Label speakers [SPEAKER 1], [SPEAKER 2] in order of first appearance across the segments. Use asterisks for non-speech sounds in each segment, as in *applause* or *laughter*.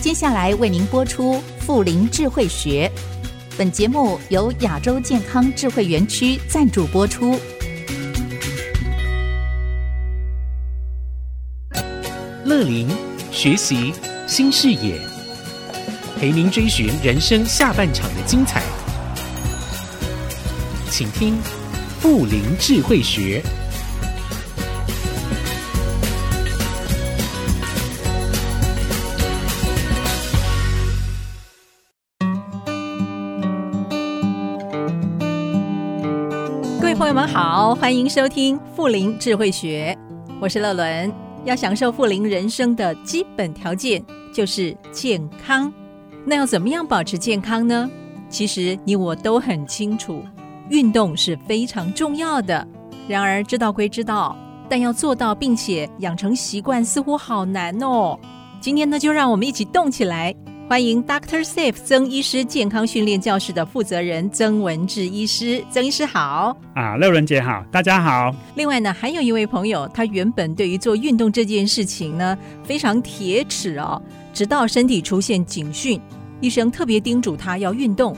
[SPEAKER 1] 接下来为您播出《富林智慧学》，本节目由亚洲健康智慧园区赞助播出。
[SPEAKER 2] 乐龄学习新视野，陪您追寻人生下半场的精彩。请听《富林智慧学》。
[SPEAKER 3] 各位朋友们好，欢迎收听富林智慧学，我是乐伦。要享受富林人生的基本条件就是健康，那要怎么样保持健康呢？其实你我都很清楚，运动是非常重要的。然而知道归知道，但要做到并且养成习惯似乎好难哦。今天呢，就让我们一起动起来。欢迎 Doctor Safe 曾医师健康训练教室的负责人曾文志医师，曾医师好。
[SPEAKER 4] 啊，乐伦姐好，大家好。
[SPEAKER 3] 另外呢，还有一位朋友，他原本对于做运动这件事情呢非常铁齿哦，直到身体出现警讯，医生特别叮嘱他要运动，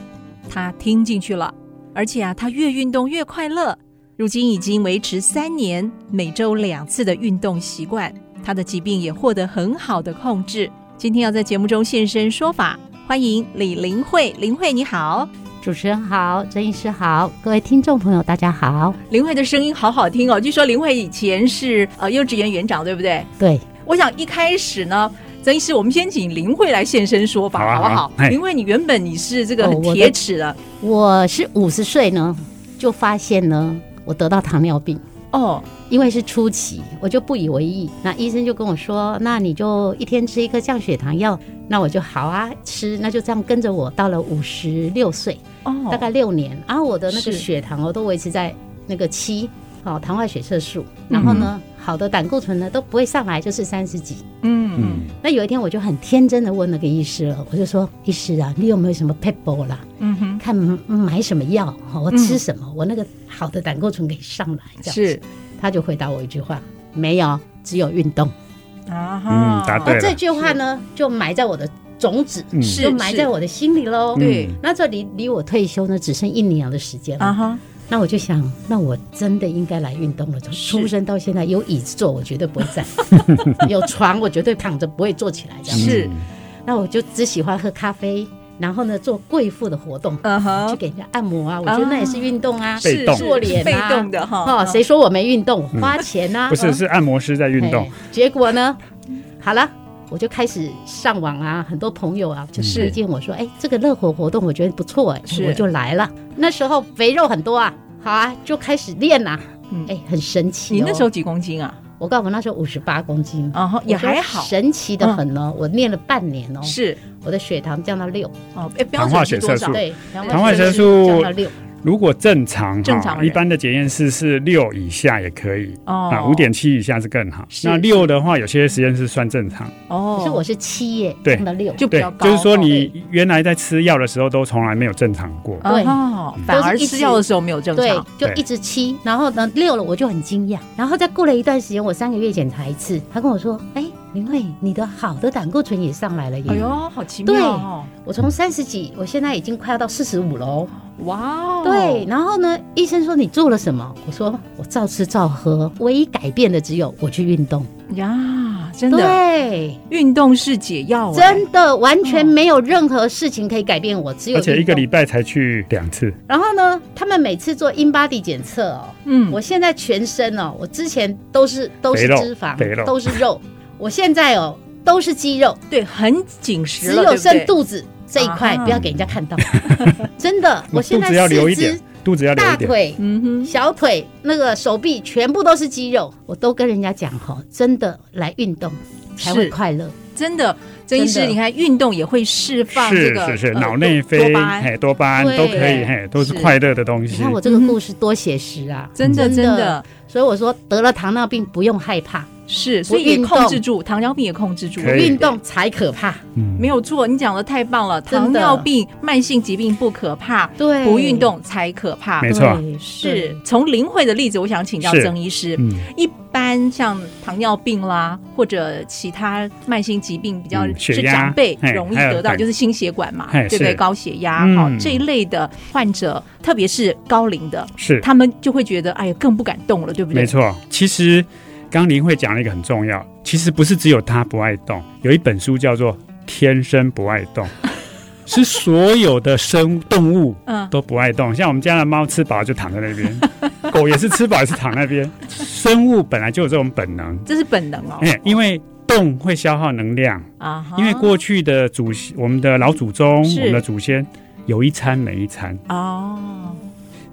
[SPEAKER 3] 他听进去了，而且啊，他越运动越快乐。如今已经维持三年，每周两次的运动习惯，他的疾病也获得很好的控制。今天要在节目中现身说法，欢迎李玲慧，玲慧你好。
[SPEAKER 5] 主持人好，曾医师好，各位听众朋友大家好。
[SPEAKER 3] 林慧的声音好好听哦。据说林慧以前是呃幼稚园园长，对不对？
[SPEAKER 5] 对，
[SPEAKER 3] 我想一开始呢，曾医师，我们先请林慧来现身说法，
[SPEAKER 4] 好啊
[SPEAKER 3] 不好
[SPEAKER 4] 好啊？嘿
[SPEAKER 3] 林慧，你原本你是这个
[SPEAKER 5] 哦
[SPEAKER 3] 很
[SPEAKER 5] 我的
[SPEAKER 3] 铁齿的
[SPEAKER 5] 我是五十岁呢，就发现呢我得到糖尿病，
[SPEAKER 3] 哦，
[SPEAKER 5] 因为是初期，我就不以为意。那医生就跟我说，那你就一天吃一颗降血糖药，那我就好啊吃，那就这样跟着我到了五十六岁，
[SPEAKER 3] 哦，
[SPEAKER 5] 大概六年，然后我的那个
[SPEAKER 3] 是
[SPEAKER 5] 血糖哦都维持在那个七。好、糖化血色素，
[SPEAKER 3] 嗯
[SPEAKER 5] 然后呢，好的胆固醇呢都不会上来，就是三十几。
[SPEAKER 3] 嗯
[SPEAKER 5] 那有一天我就很天真的问那个医师了，我就说：“医师啊，你有没有什么 p e b l 啦？
[SPEAKER 3] 嗯哼，
[SPEAKER 5] 看买什么药，哦我吃什么，我那个好的胆固醇给上来。”这样子
[SPEAKER 3] 是
[SPEAKER 5] 他就回答我一句话：“没有，只有运动。
[SPEAKER 3] 啊哈，
[SPEAKER 4] 嗯答”
[SPEAKER 5] 那
[SPEAKER 4] 对了
[SPEAKER 5] 这句话呢，就埋在我的种子，
[SPEAKER 4] 嗯
[SPEAKER 3] 是
[SPEAKER 5] 就埋在我的心里喽。
[SPEAKER 3] 对
[SPEAKER 4] 嗯
[SPEAKER 5] 那这离离我退休呢，只剩一年的时间了。
[SPEAKER 3] 啊哈，
[SPEAKER 5] 那我就想，那我真的应该来运动了。从
[SPEAKER 3] 是
[SPEAKER 5] 出生到现在，有椅子坐，我绝对不会
[SPEAKER 3] *laughs*
[SPEAKER 5] 站；有床，我绝对躺着不会坐起来。这样子
[SPEAKER 3] 是
[SPEAKER 5] 那我就只喜欢喝咖啡，然后呢做贵妇的活动，
[SPEAKER 3] 嗯
[SPEAKER 5] 去
[SPEAKER 3] 哼，
[SPEAKER 5] 给人家按摩啊，我觉得那也是运动啊。
[SPEAKER 4] 被动
[SPEAKER 3] 是
[SPEAKER 5] 做脸啊
[SPEAKER 3] 被动的哈，
[SPEAKER 5] 哦，谁说我没运动？我花钱呐、啊
[SPEAKER 4] 嗯 *laughs* 不是，是按摩师在运动
[SPEAKER 5] 哎。结果呢？好了，我就开始上网啊，很多朋友啊
[SPEAKER 4] 嗯
[SPEAKER 5] 就是推荐我说，哎，这个乐活活动我觉得不错，哎
[SPEAKER 3] 是，
[SPEAKER 5] 我就来了。那时候肥肉很多啊，好啊，就开始练呐、
[SPEAKER 3] 嗯
[SPEAKER 5] 哎，很神奇、哦。
[SPEAKER 3] 你那时候，几公斤啊？
[SPEAKER 5] 我告诉我那时候五十八公斤，
[SPEAKER 3] 啊哈，也还好，嗯
[SPEAKER 5] 神奇的很呢、我练了半年哦，
[SPEAKER 3] 是
[SPEAKER 5] 我的血糖降到六。
[SPEAKER 3] 哦，哎，标
[SPEAKER 4] 糖化
[SPEAKER 3] 准是
[SPEAKER 4] 血
[SPEAKER 3] 多
[SPEAKER 4] 色
[SPEAKER 3] 少
[SPEAKER 4] 素？
[SPEAKER 5] 对，
[SPEAKER 4] 糖化
[SPEAKER 5] 血
[SPEAKER 4] 血素
[SPEAKER 5] 降到六，
[SPEAKER 4] 如果正常
[SPEAKER 3] 正常
[SPEAKER 4] 哈，
[SPEAKER 3] 人
[SPEAKER 4] 一般的检验室是六以下也可以。啊，
[SPEAKER 3] 哦，
[SPEAKER 4] 五点七以下是更好。
[SPEAKER 3] 是
[SPEAKER 4] 那六的话，有些实验室算正常。
[SPEAKER 3] 哦，
[SPEAKER 5] 可是我是七耶，
[SPEAKER 4] 对
[SPEAKER 5] 降到六，
[SPEAKER 3] 就比
[SPEAKER 4] 对
[SPEAKER 3] 较，高，
[SPEAKER 4] 就是说你原来在吃药的时候都从来没有正常过。
[SPEAKER 3] 哦
[SPEAKER 5] 对
[SPEAKER 3] 哦反而
[SPEAKER 5] 都是一
[SPEAKER 3] 吃
[SPEAKER 5] 直
[SPEAKER 3] 药的时候没有正
[SPEAKER 5] 对
[SPEAKER 3] 常，，
[SPEAKER 5] 就一直七，然后呢六了我就很惊讶，然后再过了一段时间，我三个月检查一次，他跟我说，哎，林慧，你的好的胆固醇也上来了
[SPEAKER 3] 哎
[SPEAKER 5] 耶，
[SPEAKER 3] 呦，好奇
[SPEAKER 5] 对
[SPEAKER 3] 妙哦，
[SPEAKER 5] 我从三十几，我现在已经快要到四十五了哦，
[SPEAKER 3] 哇哦，
[SPEAKER 5] 对，然后呢，医生说你做了什么？我说我照吃照喝，唯一改变的只有我去运动，
[SPEAKER 3] 呀，真的，
[SPEAKER 5] 对，
[SPEAKER 3] 运动是解
[SPEAKER 4] 哦
[SPEAKER 3] 药，哎
[SPEAKER 5] 真的完全没有任何事情可以改变我，只有
[SPEAKER 4] 而且一
[SPEAKER 5] 运
[SPEAKER 4] 个
[SPEAKER 5] 动
[SPEAKER 4] 礼拜才去两次，
[SPEAKER 5] 然后呢，他们每次做 in body 检测哦，
[SPEAKER 3] 嗯，
[SPEAKER 5] 我现在全身哦，我之前都是都是
[SPEAKER 4] 肥肉
[SPEAKER 5] 脂肪
[SPEAKER 4] 肥肉，
[SPEAKER 5] 都是肉，我现在哦都是肌肉，
[SPEAKER 3] 对，很紧实
[SPEAKER 5] 只
[SPEAKER 3] 了，
[SPEAKER 5] 有
[SPEAKER 3] 对
[SPEAKER 5] 剩
[SPEAKER 3] 不对
[SPEAKER 5] 肚子这一块
[SPEAKER 3] 啊
[SPEAKER 5] 不要给人家
[SPEAKER 4] *laughs*
[SPEAKER 5] 看到，真的，我现
[SPEAKER 4] 肚
[SPEAKER 5] 在
[SPEAKER 4] 子要留
[SPEAKER 5] 四
[SPEAKER 4] 一点
[SPEAKER 5] 肢、，
[SPEAKER 4] 肚子要留
[SPEAKER 5] 大
[SPEAKER 4] 一点。
[SPEAKER 5] 腿、
[SPEAKER 3] 嗯哼，
[SPEAKER 5] 小腿、那个手臂全部都是肌肉，我都跟人家讲哦，真的来运动才会
[SPEAKER 3] 是
[SPEAKER 5] 快乐，
[SPEAKER 3] 真的，曾医师，
[SPEAKER 5] 真的
[SPEAKER 3] 你看运动也会释放这
[SPEAKER 4] 是
[SPEAKER 3] 个
[SPEAKER 4] 是是，
[SPEAKER 3] 呃
[SPEAKER 4] 脑内
[SPEAKER 3] 多多
[SPEAKER 4] 啡
[SPEAKER 3] 巴胺，
[SPEAKER 4] 嘿多巴胺
[SPEAKER 5] 对
[SPEAKER 4] 都可以嘿，都是嗯
[SPEAKER 3] 是
[SPEAKER 4] 快乐的东
[SPEAKER 5] 你
[SPEAKER 4] 西
[SPEAKER 5] 看。我这个故事多写实啊，
[SPEAKER 3] 真的
[SPEAKER 5] 真
[SPEAKER 3] 真
[SPEAKER 5] 的
[SPEAKER 3] 的，
[SPEAKER 5] 所以我说得了糖尿病不用害怕，
[SPEAKER 3] 是，所以也控制住糖尿病也控制住，
[SPEAKER 4] 可以
[SPEAKER 5] 运动才可怕。
[SPEAKER 4] 嗯
[SPEAKER 3] 没有错，你讲的太棒了。
[SPEAKER 5] 真的
[SPEAKER 3] 糖尿病、慢性疾病不可怕，
[SPEAKER 5] 对，
[SPEAKER 3] 不运动才可怕。
[SPEAKER 4] 没错
[SPEAKER 5] 对，
[SPEAKER 3] 是从林慧的例子，我想请教
[SPEAKER 4] 是
[SPEAKER 3] 曾医师。
[SPEAKER 4] 嗯，
[SPEAKER 3] 一般像糖尿病啦，或者其他慢性疾病比较
[SPEAKER 4] 嗯血
[SPEAKER 3] 是
[SPEAKER 4] 压
[SPEAKER 3] 长辈
[SPEAKER 4] 嘿
[SPEAKER 3] 容易
[SPEAKER 4] 还有
[SPEAKER 3] 得到，
[SPEAKER 4] 胆
[SPEAKER 3] 就是心血管嘛，
[SPEAKER 4] 嘿
[SPEAKER 3] 对不对？
[SPEAKER 4] 是
[SPEAKER 3] 高血压
[SPEAKER 4] 嗯
[SPEAKER 3] 哈、这一类的患者，特别是高龄的，
[SPEAKER 4] 是
[SPEAKER 3] 他们就会觉得哎呀更不敢动了，对不对？
[SPEAKER 4] 没，错。其实刚刚林慧讲了一个很重要，其实不是只有他不爱动，有一本书叫做《天生不爱
[SPEAKER 3] *laughs*
[SPEAKER 4] 动》，是所有的生动物
[SPEAKER 3] 嗯，
[SPEAKER 4] 都不爱动，像我们家的猫吃饱就躺在那
[SPEAKER 3] *laughs*
[SPEAKER 4] 边，狗也是吃饱也是躺那边。生物本来就有这种本能，
[SPEAKER 3] 这是本能哦。
[SPEAKER 4] 哎、因为动会消耗能量，
[SPEAKER 3] 啊哈，
[SPEAKER 4] 因为过去的祖先我们的老祖宗，
[SPEAKER 3] 是
[SPEAKER 4] 我们的祖先有一餐没一餐，
[SPEAKER 3] 哦，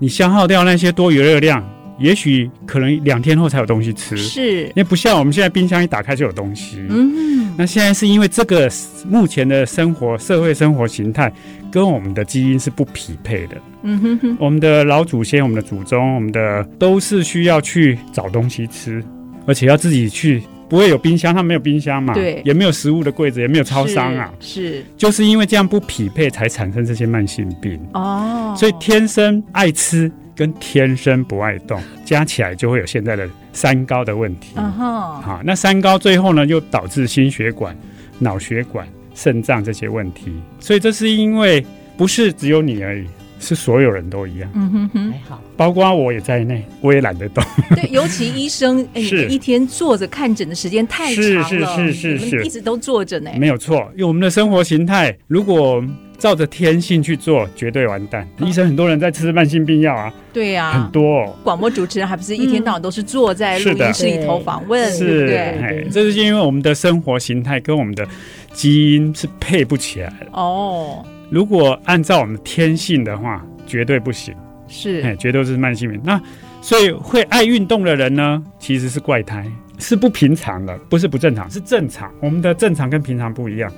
[SPEAKER 4] 你消耗掉那些多余的热量，也许可能两天后才有东西吃，因
[SPEAKER 3] 是，
[SPEAKER 4] 为不像我们现在冰箱一打开就有东西。
[SPEAKER 3] 嗯，
[SPEAKER 4] 那现在是因为这个目前的生活社会生活形态跟我们的基因是不匹配的，
[SPEAKER 3] 嗯哼哼，
[SPEAKER 4] 我们的老祖先、我们的祖宗、我们的都是需要去找东西吃，而且要自己去，不会有冰箱，他们没有冰箱嘛，
[SPEAKER 3] 对
[SPEAKER 4] 也没有食物的柜子，也没有超商啊，
[SPEAKER 3] 是，是
[SPEAKER 4] 就是因为这样不匹配，才产生这些慢性病。
[SPEAKER 3] 哦，
[SPEAKER 4] 所以天生爱吃跟天生不爱动加起来，就会有现在的三高的问题。
[SPEAKER 3] 嗯哼，
[SPEAKER 4] 好，那三高最后呢，又导致心血管、脑血管、肾脏这些问题。所以这是因为不是只有你而已，是所有人都一样。
[SPEAKER 3] 嗯哼哼
[SPEAKER 5] 还。好。
[SPEAKER 4] 包括我也在内，我也懒得动。 *laughs*
[SPEAKER 3] 对，尤其医生，哎、
[SPEAKER 4] 是
[SPEAKER 3] 你一天坐着看诊的时间太长了，
[SPEAKER 4] 是是是是
[SPEAKER 3] 你们
[SPEAKER 4] 是
[SPEAKER 3] 一直都坐着呢。
[SPEAKER 4] 没有错，因为我们的生活形态，如果照着天性去做，绝对完蛋。
[SPEAKER 3] 嗯
[SPEAKER 4] 医生很多人在吃慢性病药啊，
[SPEAKER 3] 对
[SPEAKER 4] 很
[SPEAKER 3] 啊，
[SPEAKER 4] 多、哦。
[SPEAKER 3] 广播主持人还不是一天到晚都是坐在录
[SPEAKER 4] 是的
[SPEAKER 3] 音室里头访问，
[SPEAKER 5] 对
[SPEAKER 3] 对
[SPEAKER 4] 是
[SPEAKER 3] 不，对？
[SPEAKER 4] 哎，这是因为我们的生活形态跟我们的基因是配不起来的。
[SPEAKER 3] 哦，
[SPEAKER 4] 如果按照我们天性的话，绝对不行，哎，
[SPEAKER 3] 是
[SPEAKER 4] 绝对是慢性病。那所以会爱运动的人呢，其实是怪胎，是不平常的，不是不正常，是正常。我们的正常跟平常不一样，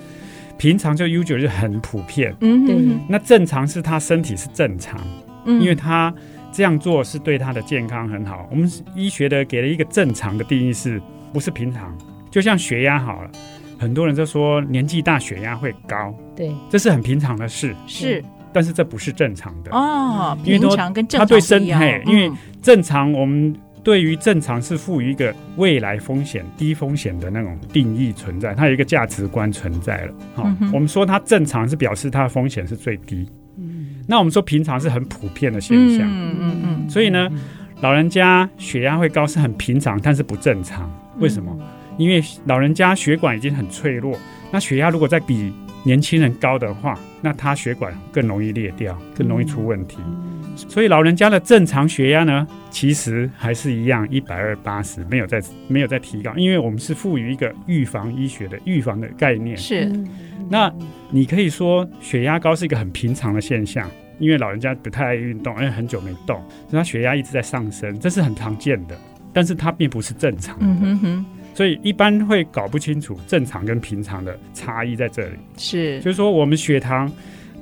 [SPEAKER 4] 平常就 u s u 是很普遍，
[SPEAKER 3] 嗯
[SPEAKER 5] 对
[SPEAKER 3] 哼
[SPEAKER 4] 那正常是他身体是正常，
[SPEAKER 3] 嗯
[SPEAKER 4] 因为他这样做是对他的健康很好。我们医学的给了一个正常的定义是，不是平常？就像血压好了，很多人就说年纪大血压会高，
[SPEAKER 5] 对，
[SPEAKER 4] 这是很平常的事，
[SPEAKER 3] 是
[SPEAKER 4] 但是这不是正常的。
[SPEAKER 3] 哦，
[SPEAKER 4] 嗯因为
[SPEAKER 3] 平
[SPEAKER 4] 都
[SPEAKER 3] 常跟正常
[SPEAKER 4] 他对
[SPEAKER 3] 不一
[SPEAKER 4] 身
[SPEAKER 3] 样嗯
[SPEAKER 4] 嘿因为正常我们。对于正常是赋予一个未来风险、低风险的那种定义存在，它有一个价值观存在了。好、
[SPEAKER 3] 嗯哼
[SPEAKER 4] 我们说它正常是表示它的风险是最低，
[SPEAKER 5] 嗯，
[SPEAKER 4] 那我们说平常是很普遍的现
[SPEAKER 3] 嗯
[SPEAKER 4] 象。
[SPEAKER 3] 嗯嗯嗯，
[SPEAKER 4] 所以呢，老人家血压会高是很平常，但是不正常。
[SPEAKER 3] 嗯
[SPEAKER 4] 为什么？因为老人家血管已经很脆弱，那血压如果再比年轻人高的话，那他血管更容易裂掉，更容易出问题。
[SPEAKER 3] 嗯
[SPEAKER 4] 所以老人家的正常血压呢，其实还是一样一百二八十，没有在没有在提高，因为我们是赋予一个预防医学的预防的概念。
[SPEAKER 3] 是
[SPEAKER 4] 那你可以说血压高是一个很平常的现象，因为老人家不太爱运动，因为很久没动，所以他血压一直在上升，这是很常见的。但是它并不是正常的，
[SPEAKER 3] 嗯哼哼
[SPEAKER 4] 所以一般会搞不清楚正常跟平常的差异在这里。
[SPEAKER 3] 是
[SPEAKER 4] 就是说，我们血糖，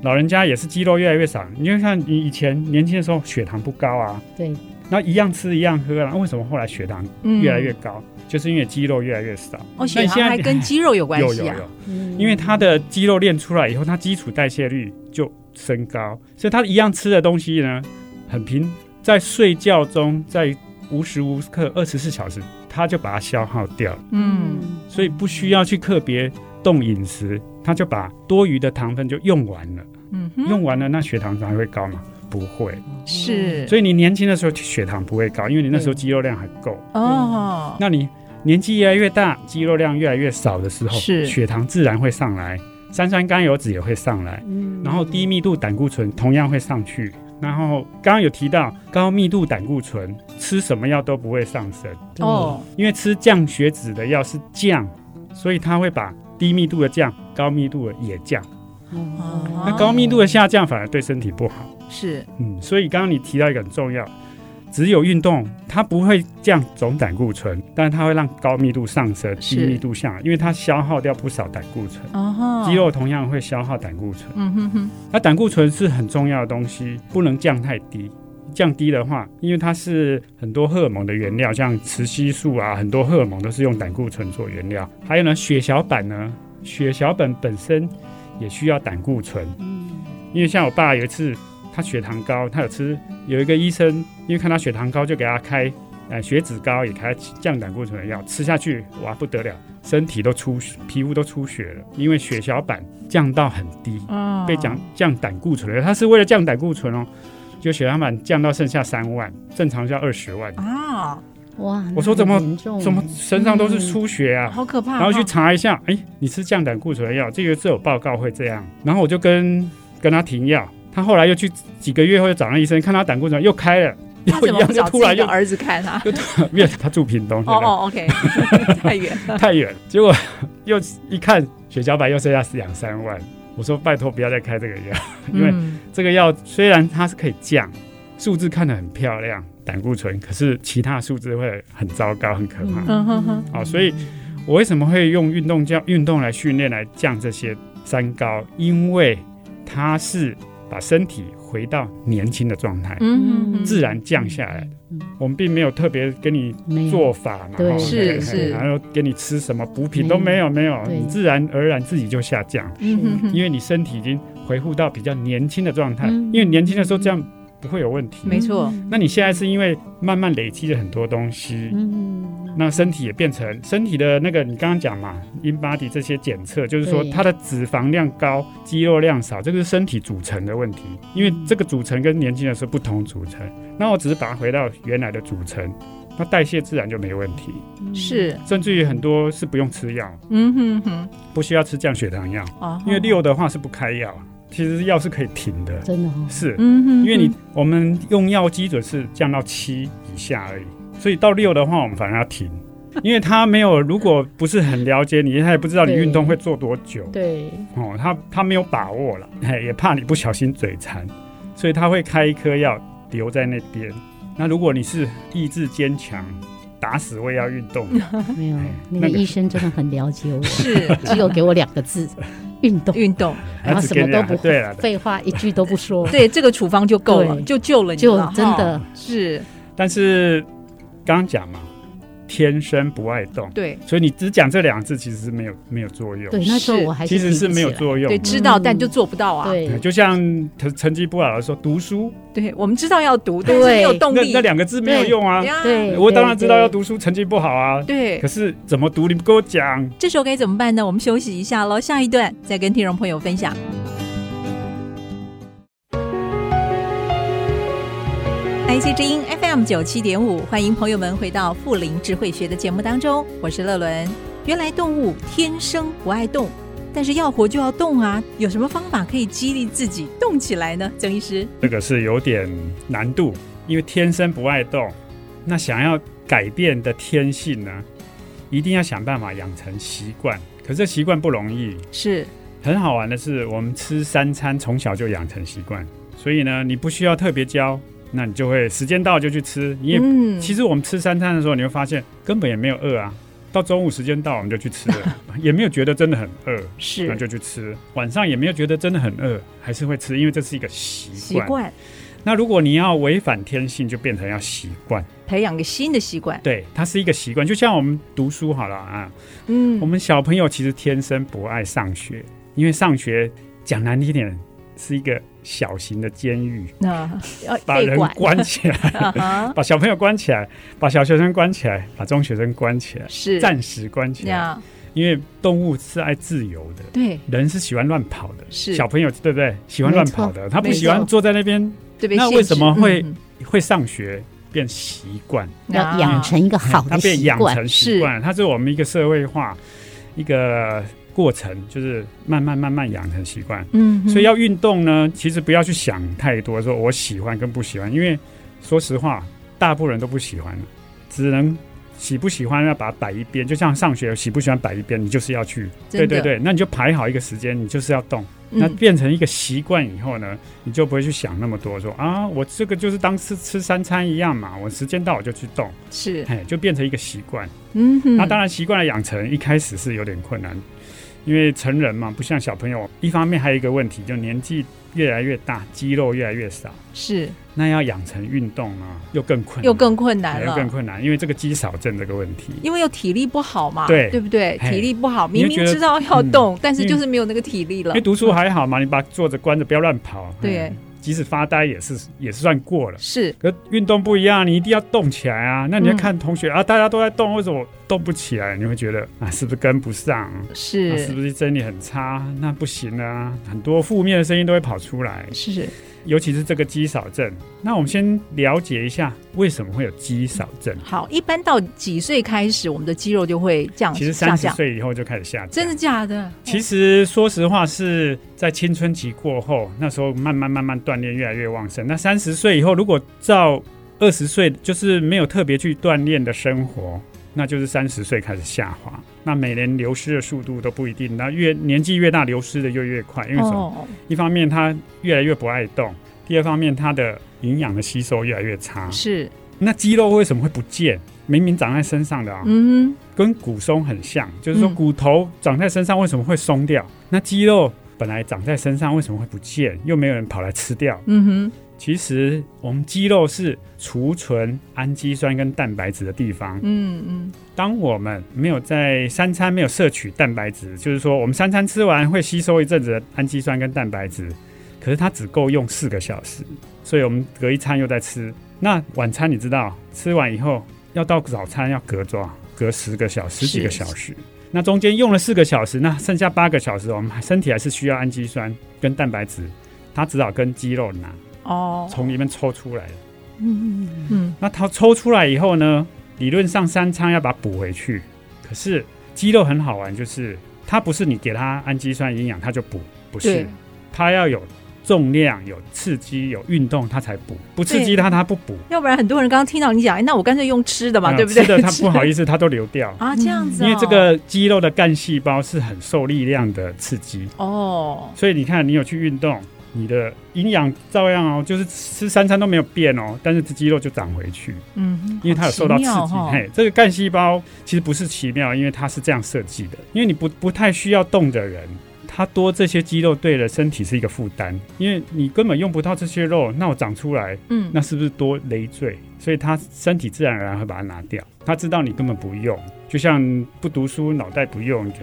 [SPEAKER 4] 老人家也是肌肉越来越少，你就像你以前年轻的时候血糖不高啊，
[SPEAKER 5] 对，
[SPEAKER 4] 那一样吃一样喝啊，为什么后来血糖越来越
[SPEAKER 3] 嗯
[SPEAKER 4] 高？就是因为肌肉越来越少。
[SPEAKER 3] 哦，血
[SPEAKER 4] 但现
[SPEAKER 3] 糖
[SPEAKER 4] 在
[SPEAKER 3] 还
[SPEAKER 4] *laughs*
[SPEAKER 3] 跟肌肉有关
[SPEAKER 4] 有有
[SPEAKER 3] 系啊
[SPEAKER 4] 有，，
[SPEAKER 5] 嗯
[SPEAKER 4] 因为他的肌肉练出来以后，他基础代谢率就升高，所以他一样吃的东西呢，很平，在睡觉中，在无时无刻二十四小时，他就把它消耗掉了，
[SPEAKER 3] 嗯，
[SPEAKER 4] 所以不需要去特别动饮食，他就把多余的糖分就用完了，
[SPEAKER 3] 嗯哼，
[SPEAKER 4] 用完了那血糖才会高吗？不会，
[SPEAKER 3] 是，
[SPEAKER 4] 所以你年轻的时候血糖不会高，因为你那时候
[SPEAKER 5] 对
[SPEAKER 4] 肌肉量还够。
[SPEAKER 3] 哦，
[SPEAKER 4] 那你年纪越来越大，肌肉量越来越少的时候，
[SPEAKER 3] 是
[SPEAKER 4] 血糖自然会上来，三酸甘油脂也会上来，
[SPEAKER 5] 嗯
[SPEAKER 4] 然后低密度胆固醇同样会上去。然后刚刚有提到高密度胆固醇，吃什么药都不会上升，
[SPEAKER 3] 哦，
[SPEAKER 4] 因为吃降血脂的药是降，所以它会把低密度的降，高密度的也降。
[SPEAKER 5] 嗯
[SPEAKER 3] 哦
[SPEAKER 4] 那高密度的下降反而对身体不好。
[SPEAKER 3] 是
[SPEAKER 4] 嗯，所以刚刚你提到一个很重要，只有运动它不会降总胆固醇，但是它会让高密度上升，
[SPEAKER 3] 是
[SPEAKER 4] 低密度下来，因为它消耗掉不少胆固醇。
[SPEAKER 3] 哦，
[SPEAKER 4] 肌，肉同样会消耗胆固醇，
[SPEAKER 3] 嗯哼哼，
[SPEAKER 4] 那胆固醇是很重要的东西，不能降太低。降低的话，因为它是很多荷尔蒙的原料，像雌激素啊，很多荷尔蒙都是用胆固醇做原料。还有呢，血小板呢，血小板本身也需要胆固醇。因为像我爸有一次，他血糖高，他有吃有一个医生，因为看他血糖高就给他开。呃，血脂高也给他降胆固醇的药，吃下去哇不得了，身体都出血皮肤都出血了，因为血小板降到很低，
[SPEAKER 3] 哦
[SPEAKER 4] 被降降胆固醇了，它是为了降胆固醇哦，就血小板降到剩下三万，正常是要二十万，
[SPEAKER 3] 啊，
[SPEAKER 5] 哇，
[SPEAKER 4] 我
[SPEAKER 5] 那
[SPEAKER 4] 说怎么
[SPEAKER 5] 很严重
[SPEAKER 4] 怎么身上都是出血啊？
[SPEAKER 3] 好可怕！
[SPEAKER 4] 然后去
[SPEAKER 3] 哈
[SPEAKER 4] 查一下，哎，你吃降胆固醇的药，这个是有报告会这样，然后我就跟跟他停药，他后来又去几个月后又找那医生，看他胆固醇又开了，
[SPEAKER 3] 他
[SPEAKER 4] 又
[SPEAKER 3] 怎
[SPEAKER 4] 一
[SPEAKER 3] 么
[SPEAKER 4] 样
[SPEAKER 3] 不
[SPEAKER 4] 就
[SPEAKER 3] 找自
[SPEAKER 4] 突然
[SPEAKER 3] 己
[SPEAKER 4] 又
[SPEAKER 3] 的儿子看
[SPEAKER 4] *laughs*
[SPEAKER 3] 啊？
[SPEAKER 4] 没有，他住屏东，
[SPEAKER 3] 哦
[SPEAKER 4] 对不对
[SPEAKER 3] 哦，OK，太 *laughs* 远了。
[SPEAKER 4] 太远了，结果又一看血小板又剩下两三万，我说拜托不要再开这个药， *laughs* *laughs* 因为
[SPEAKER 3] 嗯
[SPEAKER 4] 这个药虽然它是可以降，数字看得很漂亮，胆固醇，可是其他数字会很糟糕，很可怕。
[SPEAKER 3] 嗯哼哼，
[SPEAKER 4] 好、啊所以我为什么会用运动叫运动来训练来降这些三高？因为它是把身体回到年轻的状态，
[SPEAKER 3] 嗯哼
[SPEAKER 4] 自然降下来的。
[SPEAKER 5] 嗯
[SPEAKER 4] 我们并没有特别跟你
[SPEAKER 5] 没有
[SPEAKER 4] 做法嘛，
[SPEAKER 5] 对
[SPEAKER 4] 哈
[SPEAKER 5] 是
[SPEAKER 4] 对
[SPEAKER 3] 是
[SPEAKER 4] 然后给你吃什么补品都没有，没有，
[SPEAKER 5] 对
[SPEAKER 4] 你自然而然自己就下降，
[SPEAKER 3] 嗯哼哼
[SPEAKER 4] 因为你身体已经恢复到比较年轻的状态，
[SPEAKER 5] 嗯
[SPEAKER 4] 因为年轻的时候这样不会有问题。
[SPEAKER 3] 没错，
[SPEAKER 5] 嗯
[SPEAKER 4] 那你现在是因为慢慢累积了很多东西，
[SPEAKER 5] 嗯，
[SPEAKER 4] 那身体也变成身体的那个，你刚刚讲嘛，in body 这些检测，就是说
[SPEAKER 5] 对
[SPEAKER 4] 它的脂肪量高，肌肉量少，这个是身体组成的问题，因为这个组成跟年轻的时候不同组成。那我只是把它回到原来的组成，那代谢自然就没问题，
[SPEAKER 3] 是，
[SPEAKER 4] 甚至于很多是不用吃药，
[SPEAKER 3] 嗯哼哼，
[SPEAKER 4] 不需要吃降血糖药，
[SPEAKER 3] 哦，
[SPEAKER 4] 因为六的话是不开药，其实药是可以停的， *laughs*
[SPEAKER 5] 真的哦，
[SPEAKER 4] 是。
[SPEAKER 3] 嗯哼哼，
[SPEAKER 4] 因为你我们用药基准是降到七以下而已，所以到六的话，我们反而要停，因为他没有如果不是很了解你，他也不知道你
[SPEAKER 5] 对
[SPEAKER 4] 运动会做多久
[SPEAKER 5] 对，
[SPEAKER 4] 哦，他他没有把握了，嘿也怕你不小心嘴馋，所以他会开一颗药留在那边。那如果你是意志坚强，打死我也要运
[SPEAKER 5] *laughs*
[SPEAKER 4] 动， *laughs*
[SPEAKER 5] 没有
[SPEAKER 4] 哎，
[SPEAKER 5] 那个
[SPEAKER 4] 那个
[SPEAKER 5] 医生真的很了解我， *laughs*
[SPEAKER 3] 是
[SPEAKER 5] 只有给我两个
[SPEAKER 4] *laughs*
[SPEAKER 5] 字，运动，
[SPEAKER 3] 运动，
[SPEAKER 5] 然后
[SPEAKER 4] 只
[SPEAKER 5] 什
[SPEAKER 4] 给
[SPEAKER 5] 么
[SPEAKER 4] 你
[SPEAKER 5] 都
[SPEAKER 4] 啊
[SPEAKER 5] 不
[SPEAKER 4] 对了。
[SPEAKER 5] 废话一句都不
[SPEAKER 4] *laughs*
[SPEAKER 5] 说，
[SPEAKER 3] 对这个处方就够了，
[SPEAKER 5] 对
[SPEAKER 3] 就救了你
[SPEAKER 5] 就
[SPEAKER 3] 了，
[SPEAKER 5] 真的
[SPEAKER 3] 哈是
[SPEAKER 4] 但是刚刚讲嘛，天生不爱动，
[SPEAKER 3] 对
[SPEAKER 4] 所以你只讲这两个字其实是没有没有作用。
[SPEAKER 5] 对，那时候
[SPEAKER 3] 是
[SPEAKER 5] 我还
[SPEAKER 4] 其实
[SPEAKER 5] 提不
[SPEAKER 4] 是没有
[SPEAKER 5] 起来，
[SPEAKER 4] 作用
[SPEAKER 3] 对，
[SPEAKER 4] 的。
[SPEAKER 3] 知道
[SPEAKER 5] 嗯
[SPEAKER 3] 但就做不到啊。
[SPEAKER 5] 对，
[SPEAKER 4] 就像成成绩不好的时候，读书
[SPEAKER 3] 对，我们知道要读，但是
[SPEAKER 5] 对
[SPEAKER 3] 没有动
[SPEAKER 4] 那
[SPEAKER 3] 力
[SPEAKER 4] 那。两个字没有用啊。
[SPEAKER 3] 呀
[SPEAKER 5] 对
[SPEAKER 4] 我当然知道要读书，成绩不好啊。
[SPEAKER 3] 对
[SPEAKER 4] 可，是怎么读？你不跟我讲。
[SPEAKER 3] 这时候该怎么办呢？我们休息一下喽，下一段再跟听众朋友分享。IC 之音 FM 九七点五，欢迎朋友们回到富林智慧学的节目当中，我是乐伦。原来动物天生不爱动，但是要活就要动啊！有什么方法可以激励自己动起来呢？曾医师，
[SPEAKER 4] 这个是有点难度，因为天生不爱动。那想要改变的天性呢，一定要想办法养成习惯。可是这习惯不容易。
[SPEAKER 3] 是
[SPEAKER 4] 很好玩的是，我们吃三餐从小就养成习惯，所以呢，你不需要特别教，那你就会时间到就去吃，你也
[SPEAKER 3] 嗯
[SPEAKER 4] 其实我们吃三餐的时候，你会发现根本也没有饿啊。到中午时间到，我们就去吃
[SPEAKER 3] *laughs*
[SPEAKER 4] 了，也没有觉得真的很饿，那
[SPEAKER 3] 是
[SPEAKER 4] 就去吃。晚上也没有觉得真的很饿，还是会吃，因为这是一个习
[SPEAKER 3] 习
[SPEAKER 4] 惯。
[SPEAKER 3] 惯，
[SPEAKER 4] 那如果你要违反天性，就变成要习惯。
[SPEAKER 3] 培养个新的习惯。
[SPEAKER 4] 对，它是一个习惯。就像我们读书好了啊，
[SPEAKER 3] 嗯
[SPEAKER 4] 我们小朋友其实天生不爱上学，因为上学讲难听点是一个小型的监狱， *laughs*
[SPEAKER 3] 那 *laughs* 要
[SPEAKER 4] 把
[SPEAKER 3] 被
[SPEAKER 4] 人
[SPEAKER 3] 管
[SPEAKER 4] 关起来，
[SPEAKER 3] 啊哈，
[SPEAKER 4] 把小朋友关起来，把小学生关起来，把中学生关起来。
[SPEAKER 3] 是
[SPEAKER 4] 暂时关起来，
[SPEAKER 3] 呀，
[SPEAKER 4] 因为动物是爱自由的，
[SPEAKER 3] 对
[SPEAKER 4] 人是喜欢乱跑的，
[SPEAKER 3] 是
[SPEAKER 4] 小朋友对不对？喜欢乱跑的，他不喜
[SPEAKER 5] 没
[SPEAKER 4] 欢
[SPEAKER 5] 错
[SPEAKER 4] 坐在那边，
[SPEAKER 3] 对被
[SPEAKER 4] 那
[SPEAKER 3] 限
[SPEAKER 4] 为什
[SPEAKER 3] 制
[SPEAKER 4] 么会
[SPEAKER 3] 嗯
[SPEAKER 4] 会上学变习惯，
[SPEAKER 3] 嗯
[SPEAKER 5] 要养
[SPEAKER 3] 啊
[SPEAKER 5] 成一个好
[SPEAKER 4] 他
[SPEAKER 5] 的
[SPEAKER 4] 变
[SPEAKER 5] 习
[SPEAKER 4] 哎养
[SPEAKER 5] 惯，
[SPEAKER 4] 成习惯，它是我们一个社会化一个过程，就是慢慢慢慢养成习惯。
[SPEAKER 3] 嗯哼，
[SPEAKER 4] 所以要运动呢，其实不要去想太多，说我喜欢跟不喜欢，因为说实话，大部分人都不喜欢，只能喜不喜欢要把它摆一边。就像上学喜不喜欢摆一边，你就是要去，
[SPEAKER 3] 真
[SPEAKER 4] 对
[SPEAKER 3] 的
[SPEAKER 4] 对对，那你就排好一个时间，你就是要动。
[SPEAKER 3] 嗯
[SPEAKER 4] 那变成一个习惯以后呢，你就不会去想那么多说啊，我这个就是当吃吃三餐一样嘛，我时间到我就去动，
[SPEAKER 3] 是
[SPEAKER 4] 哎，就变成一个习惯。
[SPEAKER 3] 嗯哼，
[SPEAKER 4] 那当然，习惯的养成一开始是有点困难，因为成人嘛，不像小朋友。一方面还有一个问题，就年纪越来越大，肌肉越来越少，
[SPEAKER 3] 是
[SPEAKER 4] 那要养成运动啊，又更困难，
[SPEAKER 3] 又更困难
[SPEAKER 4] 哎
[SPEAKER 3] 了
[SPEAKER 4] 又，更困难，因为这个肌少症这个问题。
[SPEAKER 3] 因为又体力不好嘛，
[SPEAKER 4] 对
[SPEAKER 3] 不对？
[SPEAKER 4] 嘿
[SPEAKER 3] 体力不好，明
[SPEAKER 4] 你会
[SPEAKER 3] 明
[SPEAKER 4] 觉得
[SPEAKER 3] 知道要动，但是
[SPEAKER 4] 嗯
[SPEAKER 3] 就是没有那个体力了
[SPEAKER 4] 因为。读书还好嘛，你把坐着关着，不要乱跑。
[SPEAKER 3] 对
[SPEAKER 4] 哎，即使发呆也是也是算过了。
[SPEAKER 3] 是
[SPEAKER 4] 可运动不一样，你一定要动起来啊！那你要
[SPEAKER 3] 嗯
[SPEAKER 4] 看同学、啊，大家都在动，为什么我动不起来？你会觉得啊，是不是跟不上？啊、是
[SPEAKER 3] 是
[SPEAKER 4] 不是真理很差？那不行啊，很多负面的声音都会跑出来，
[SPEAKER 3] 是，
[SPEAKER 4] 尤其是这个肌少症。那我们先了解一下为什么会有肌少症。
[SPEAKER 3] 好，一般到几岁开始，我们的肌肉就会降
[SPEAKER 4] 其实
[SPEAKER 3] 下
[SPEAKER 4] 三十
[SPEAKER 3] 降？
[SPEAKER 4] 岁以后就开始下降，
[SPEAKER 3] 真的假的？
[SPEAKER 4] 其
[SPEAKER 3] 实
[SPEAKER 4] 实说实话，是在青春期过后，那时候慢慢慢慢锻炼越来越旺盛。那三十岁以后，如果照二十岁就是没有特别去锻炼的生活，那就是三十岁开始下滑。那每年流失的速度都不一定，那越年纪越大，流失的就越快。因为什么？
[SPEAKER 3] 哦，
[SPEAKER 4] 一方面他越来越不爱动，第二方面他的营养的吸收越来越差。
[SPEAKER 3] 是，
[SPEAKER 4] 那肌肉为什么会不见？明明长在身上的啊，
[SPEAKER 3] 嗯
[SPEAKER 4] 跟骨松很像，就是说
[SPEAKER 3] 嗯
[SPEAKER 4] 骨头长在身上为什么会松掉？那肌肉本来长在身上为什么会不见？又没有人跑来吃掉
[SPEAKER 3] 哼。嗯哼，
[SPEAKER 4] 其实我们肌肉是储存氨基酸跟蛋白质的地方。
[SPEAKER 3] 嗯嗯，
[SPEAKER 4] 当我们没有在三餐没有摄取蛋白质，就是说我们三餐吃完会吸收一阵子的氨基酸跟蛋白质，可是它只够用四个小时，所以我们隔一餐又在吃。那晚餐你知道，吃完以后要到早餐要隔多少？隔十个小时、十几个小时。那中间用了四个小时，那剩下八个小时，我们身体还是需要氨基酸跟蛋白质，它只好跟肌肉拿，
[SPEAKER 3] 哦，
[SPEAKER 4] 从里面抽出来了。
[SPEAKER 5] 嗯，
[SPEAKER 3] 嗯
[SPEAKER 4] 那它抽出来以后呢，理论上三餐要把它补回去。可是肌肉很好玩，就是它不是你给它氨基酸营养它就补，不是
[SPEAKER 3] 对，
[SPEAKER 4] 它要有重量、有刺激、有运动它才补，不刺激它它不补。
[SPEAKER 3] 要不然很多人刚刚听到你讲，哎，那我干脆用吃的嘛，
[SPEAKER 4] 呃
[SPEAKER 3] 对不对？
[SPEAKER 4] 吃的它
[SPEAKER 3] *laughs*。
[SPEAKER 4] 不好意思，它都流掉
[SPEAKER 3] 啊，这样子、
[SPEAKER 4] 因
[SPEAKER 3] 哦，
[SPEAKER 4] 为这个肌肉的干细胞是很受力量的刺激，
[SPEAKER 3] 哦，
[SPEAKER 4] 所以你看，你有去运动，你的营养照样哦，就是吃三餐都没有变哦，但是肌肉就长回去。
[SPEAKER 3] 嗯哼，
[SPEAKER 4] 因为它有受到刺激。
[SPEAKER 3] 好奇妙哦
[SPEAKER 4] 嘿，这个干细胞其实不是奇妙，因为它是这样设计的。因为你不不太需要动的人，他多这些肌肉对了身体是一个负担，因为你根本用不到这些肉，那我长出来，
[SPEAKER 3] 嗯，
[SPEAKER 4] 那是不是多累赘？所以他身体自然而然会把它拿掉。他知道你根本不用，就像不读书脑袋不用，就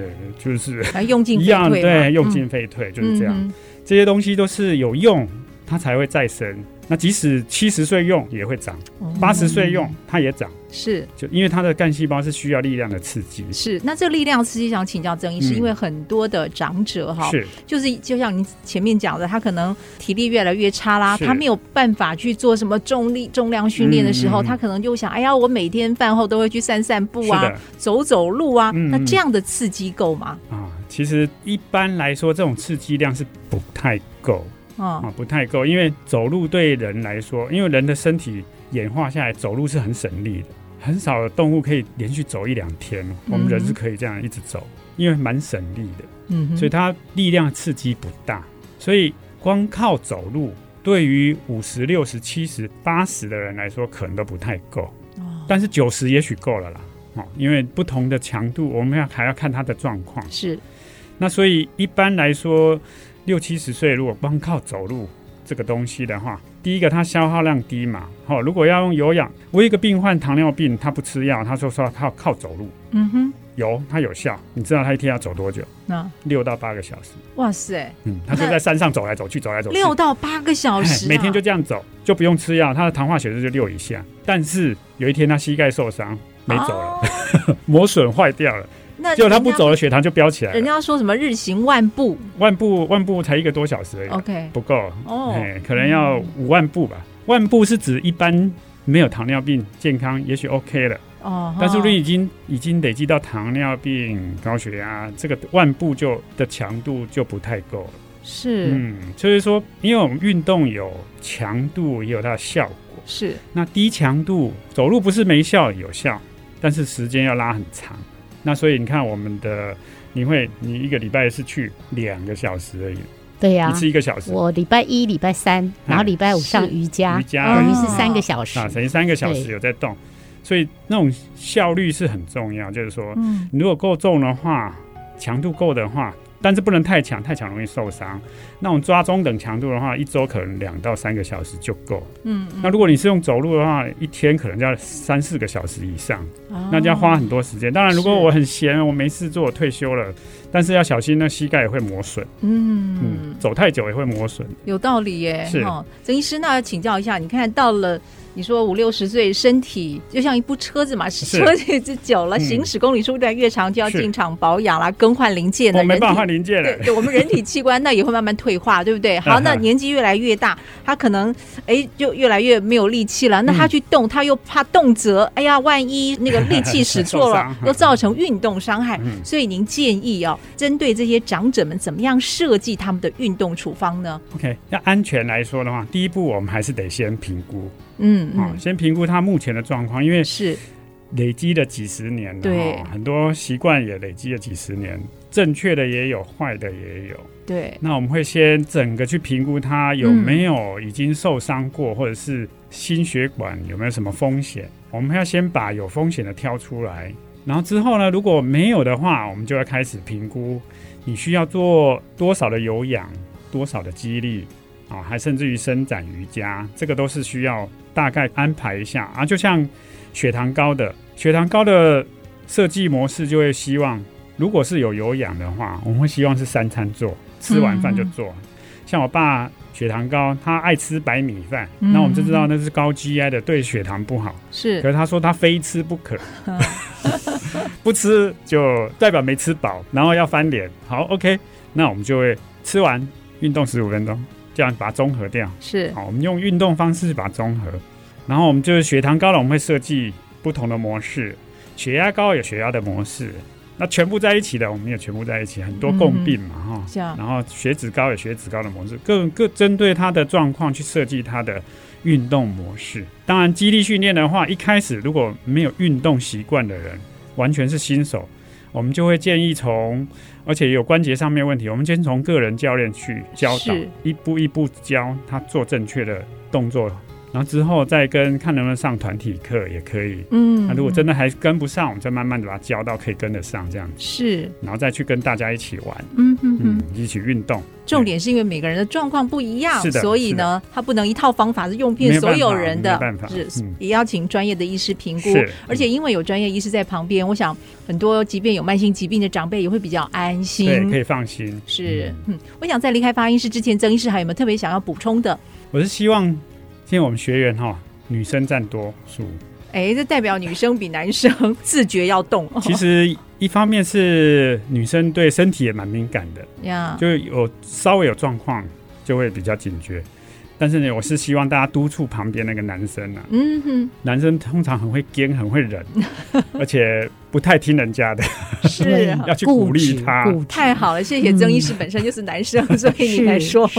[SPEAKER 4] 就是 *laughs*
[SPEAKER 3] 来用尽
[SPEAKER 4] 一
[SPEAKER 3] 废
[SPEAKER 4] 样，
[SPEAKER 3] 退嘛
[SPEAKER 4] 对，用
[SPEAKER 3] 嗯
[SPEAKER 4] 尽废退、就是这样。
[SPEAKER 3] 嗯哼
[SPEAKER 4] 这些东西都是有用，它才会再生。那即使七十岁用也会长，八十岁用它也长。
[SPEAKER 3] 嗯是
[SPEAKER 4] 就因为它的干细胞是需要力量的刺激，
[SPEAKER 3] 是，那这个力量刺激想请教曾医师，
[SPEAKER 4] 嗯
[SPEAKER 3] 因为很多的长者哈，
[SPEAKER 4] 是
[SPEAKER 3] 就是就像您前面讲的，他可能体力越来越差啦，
[SPEAKER 4] 是
[SPEAKER 3] 他没有办法去做什么重力重量训练的时候，
[SPEAKER 4] 嗯嗯嗯
[SPEAKER 3] 他可能就想，哎呀，我每天饭后都会去散散步
[SPEAKER 4] 是
[SPEAKER 3] 啊
[SPEAKER 4] 的，
[SPEAKER 3] 走走路啊，
[SPEAKER 4] 嗯嗯
[SPEAKER 3] 那这样的刺激够吗？
[SPEAKER 4] 啊。其实一般来说，这种刺激量是不太够
[SPEAKER 3] 嗯，
[SPEAKER 4] 啊，不太够，因为走路对人来说，因为人的身体演化下来，走路是很省力的，很少有动物可以连续走一两天，我们人是可以这样一直走，因为蛮省力的。
[SPEAKER 3] 嗯哼，
[SPEAKER 4] 所以它力量刺激不大，所以光靠走路，对于五十六十七十八十的人来说，可能都不太够，
[SPEAKER 3] 哦
[SPEAKER 4] 但是九十也许够了啦。哦，因为不同的强度，我们要还要看它的状况。
[SPEAKER 3] 是
[SPEAKER 4] 那所以一般来说，六七十岁如果光靠走路这个东西的话，第一个它消耗量低嘛。好、如果要用有氧，我有一个病患糖尿病，他不吃药，他说说靠靠走路，
[SPEAKER 3] 嗯哼，
[SPEAKER 4] 有他有效。你知道他一天要走多久？
[SPEAKER 3] 那
[SPEAKER 4] 六到八个小时。
[SPEAKER 3] 哇塞，
[SPEAKER 4] 嗯，他就在山上走来走去，走来走去，
[SPEAKER 3] 六到八个小
[SPEAKER 4] 哎
[SPEAKER 3] 时啊、
[SPEAKER 4] *laughs* 每天就这样走，就不用吃药，他的糖化血脂就六以下。但是有一天他膝盖受伤，没走了，
[SPEAKER 3] 哦
[SPEAKER 4] 磨损坏掉了，
[SPEAKER 3] 那
[SPEAKER 4] 结果他不
[SPEAKER 3] 人家
[SPEAKER 4] 走了，血糖 *laughs* 就飙起来
[SPEAKER 3] 人
[SPEAKER 4] 了。
[SPEAKER 3] 家说什么日行万步
[SPEAKER 4] 万步万步才一个多小时而已，啊
[SPEAKER 3] ，OK，
[SPEAKER 4] 不够，
[SPEAKER 3] 哦
[SPEAKER 4] 哎，可能要五万步吧。万步是指一般没有糖尿病健康，也许 OK 了，
[SPEAKER 3] 哦，
[SPEAKER 4] 但是如果
[SPEAKER 3] 哈
[SPEAKER 4] 已经已经累积到糖尿病、高血压，这个万步就的强度就不太够了。
[SPEAKER 3] 是、
[SPEAKER 4] 嗯，就是说，因为我们运动有强度，也有它的效果。
[SPEAKER 3] 是
[SPEAKER 4] 那低强度走路不是没效，有效，但是时间要拉很长。那所以你看，我们的你会，你一个礼拜是去两个小时而已，
[SPEAKER 5] 对呀、
[SPEAKER 4] 一次一个小时，
[SPEAKER 5] 我礼拜一、礼拜三，然后礼拜五上
[SPEAKER 3] 是
[SPEAKER 5] 瑜伽
[SPEAKER 4] 嗯瑜，伽
[SPEAKER 5] 等于
[SPEAKER 4] 而
[SPEAKER 5] 是
[SPEAKER 3] 哦
[SPEAKER 5] 三个小时
[SPEAKER 4] 已啊，。等于三个小时
[SPEAKER 5] 对
[SPEAKER 4] 有在动，所以那种效率是很重要。就是说，
[SPEAKER 3] 嗯
[SPEAKER 4] 你如果够重的话，强度够的话，但是不能太强，太强容易受伤。那我们抓中等强度的话，一周可能两到三个小时就够。
[SPEAKER 3] 嗯，嗯
[SPEAKER 4] 那如果你是用走路的话，一天可能要三四个小时以上，
[SPEAKER 3] 哦
[SPEAKER 4] 那就要花很多时间。当然，如果
[SPEAKER 3] 是
[SPEAKER 4] 我很闲，我没事做，我退休了，但是要小心，那膝盖也会磨损，
[SPEAKER 3] 嗯
[SPEAKER 4] 嗯，走太久也会磨损。
[SPEAKER 3] 有道理耶。
[SPEAKER 4] 是
[SPEAKER 3] 哦，曾医师，那请教一下，你看到了。你说五六十岁，身体就像一部车子嘛，
[SPEAKER 4] 是
[SPEAKER 3] 车子就久了，
[SPEAKER 4] 嗯
[SPEAKER 3] 行驶公里数越来越长，就要
[SPEAKER 4] 是
[SPEAKER 3] 进厂保养啦，更换零件
[SPEAKER 4] 我
[SPEAKER 3] 了。
[SPEAKER 4] 哦没
[SPEAKER 3] 人
[SPEAKER 4] 办
[SPEAKER 3] 体
[SPEAKER 4] 法换零件了
[SPEAKER 3] 对，对，我们人体器官那也会慢慢退
[SPEAKER 4] *laughs*
[SPEAKER 3] 化，对不对？好，
[SPEAKER 4] 嗯
[SPEAKER 3] 那
[SPEAKER 4] 嗯
[SPEAKER 3] 年纪越来越大，他可能哎就越来越没有力气了。那他
[SPEAKER 4] 嗯
[SPEAKER 3] 去动，他又怕动辄，哎呀，万一那个力气使错
[SPEAKER 4] 受
[SPEAKER 3] 了
[SPEAKER 4] *laughs* 伤，
[SPEAKER 3] 又造成运动伤害。
[SPEAKER 4] 嗯
[SPEAKER 3] 所以您建议哦，针对这些长者们，怎么样设计他们的运动处方呢？
[SPEAKER 4] ，OK。要安全来说的话，第一步我们还是得先评估
[SPEAKER 3] 嗯
[SPEAKER 4] 啊、
[SPEAKER 3] 嗯，
[SPEAKER 4] 先评估他目前的状况，因为
[SPEAKER 3] 是
[SPEAKER 4] 累积了几十年了，
[SPEAKER 3] 对
[SPEAKER 4] 哦很多习惯也累积了几十年，正确的也有，坏的也有。
[SPEAKER 3] 对，
[SPEAKER 4] 那我们会先整个去评估他有没有已经受伤过，或者是心血管有没有什么风险。我们要先把有风险的挑出来，然后之后呢，如果没有的话，我们就要开始评估你需要做多少的有氧，多少的肌力啊，还甚至于伸展瑜伽，这个都是需要大概安排一下啊。就像血糖高的，血糖高的设计模式就会希望，如果是有有氧的话，我们会希望是三餐做，吃完饭就做。像我爸血糖高，他爱吃白米饭，
[SPEAKER 3] 嗯
[SPEAKER 4] 那我们就知道那是高 GI 的，对血糖不好。可
[SPEAKER 3] 是
[SPEAKER 4] 是他说他非吃不可，不吃就代表没吃饱，然后要翻脸。好，OK，那我们就会吃完运动十五分钟，这样把它综合掉。
[SPEAKER 3] 是，
[SPEAKER 4] 好，我们用运动方式把它综合，然后我们就是血糖高了，我们会设计不同的模式，血压高有血压的模式，那全部在一起的我们也全部在一起，很多共病嘛哈。
[SPEAKER 3] 这样
[SPEAKER 4] 然后血脂高有血脂高的模式，各各针对他的状况去设计他的运动模式。当然，肌力训练的话，一开始如果没有运动习惯的人，完全是新手，我们就会建议从，而且有关节上面问题，我们先从个人教练去教导
[SPEAKER 3] 是，
[SPEAKER 4] 一步一步教他做正确的动作，然后之后再跟看能不能上团体课也可以。
[SPEAKER 3] 嗯
[SPEAKER 4] 那如果真
[SPEAKER 3] 的
[SPEAKER 4] 的还跟不上，我们再慢慢的把它教到可以跟得上这样子，
[SPEAKER 3] 是，
[SPEAKER 4] 然后再去跟大家一起玩，
[SPEAKER 3] 嗯哼哼
[SPEAKER 4] 嗯。，一起运动。
[SPEAKER 3] 重点是因为每个人的状况不一样，
[SPEAKER 4] 是的
[SPEAKER 3] 所以呢，他不能一套方法是用
[SPEAKER 4] 没
[SPEAKER 3] 遍
[SPEAKER 4] 有办
[SPEAKER 3] 所
[SPEAKER 4] 法
[SPEAKER 3] 有人的，
[SPEAKER 4] 没办法
[SPEAKER 3] 是、
[SPEAKER 4] 嗯
[SPEAKER 3] 也要请专业的医师评估
[SPEAKER 4] 是。
[SPEAKER 3] 而且因为有专业医师在旁边，我想很多即便有慢性疾病的长辈也会比较安
[SPEAKER 4] 对，可
[SPEAKER 3] 心。
[SPEAKER 4] 以放心。
[SPEAKER 3] 是，嗯，我想在离开发音室之前，曾医师还有没有特别想要补充的？
[SPEAKER 4] 我是希望今天我们学员哈，女生占多数。
[SPEAKER 3] 哎，这代表女生比男生自觉要
[SPEAKER 4] *laughs*
[SPEAKER 3] 动。
[SPEAKER 4] 其实一方面是女生对身体也蛮敏感的，
[SPEAKER 3] 呀，
[SPEAKER 4] 就有稍微有状况就会比较警觉。但是呢，我是希望大家督促旁边那个男生啊，
[SPEAKER 3] 嗯哼，
[SPEAKER 4] 男生通常很会坚，很
[SPEAKER 3] *laughs*
[SPEAKER 4] 会忍，而且不太听人家的， *laughs*
[SPEAKER 3] 是啊。
[SPEAKER 4] 要去鼓励他。
[SPEAKER 5] 固执
[SPEAKER 3] 太好了，谢谢曾医师本身就是男生，所以你才说，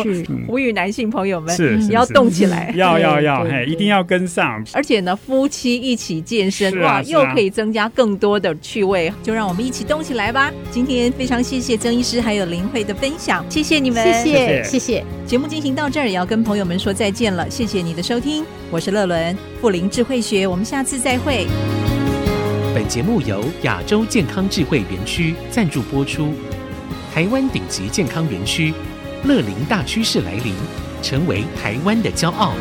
[SPEAKER 3] 呼吁男性朋友们
[SPEAKER 4] 嗯是，是
[SPEAKER 3] 嗯也要
[SPEAKER 4] 是
[SPEAKER 3] 动起来。
[SPEAKER 4] 要要
[SPEAKER 5] 对
[SPEAKER 4] 要，
[SPEAKER 5] 对
[SPEAKER 4] 嘿，
[SPEAKER 5] 对
[SPEAKER 4] 一定要跟上。
[SPEAKER 3] 而且呢，夫妻一起健身，
[SPEAKER 4] 是啊
[SPEAKER 3] 哇，
[SPEAKER 4] 是
[SPEAKER 3] 又
[SPEAKER 4] 啊
[SPEAKER 3] 可以增加更多的趣味，就让我们一起动起来吧！今天非常谢谢曾医师还有林慧的分享，谢谢你们。
[SPEAKER 5] 谢谢
[SPEAKER 4] 谢
[SPEAKER 5] 谢谢。
[SPEAKER 3] 节目进行到这儿，也要跟朋友们说再见了，谢谢你的收听，我是乐伦，富林智慧学，我们下次再会。
[SPEAKER 2] 本节目由亚洲健康智慧园区赞助播出。台湾顶级健康园区，乐龄大趋势来临，成为台湾的骄傲。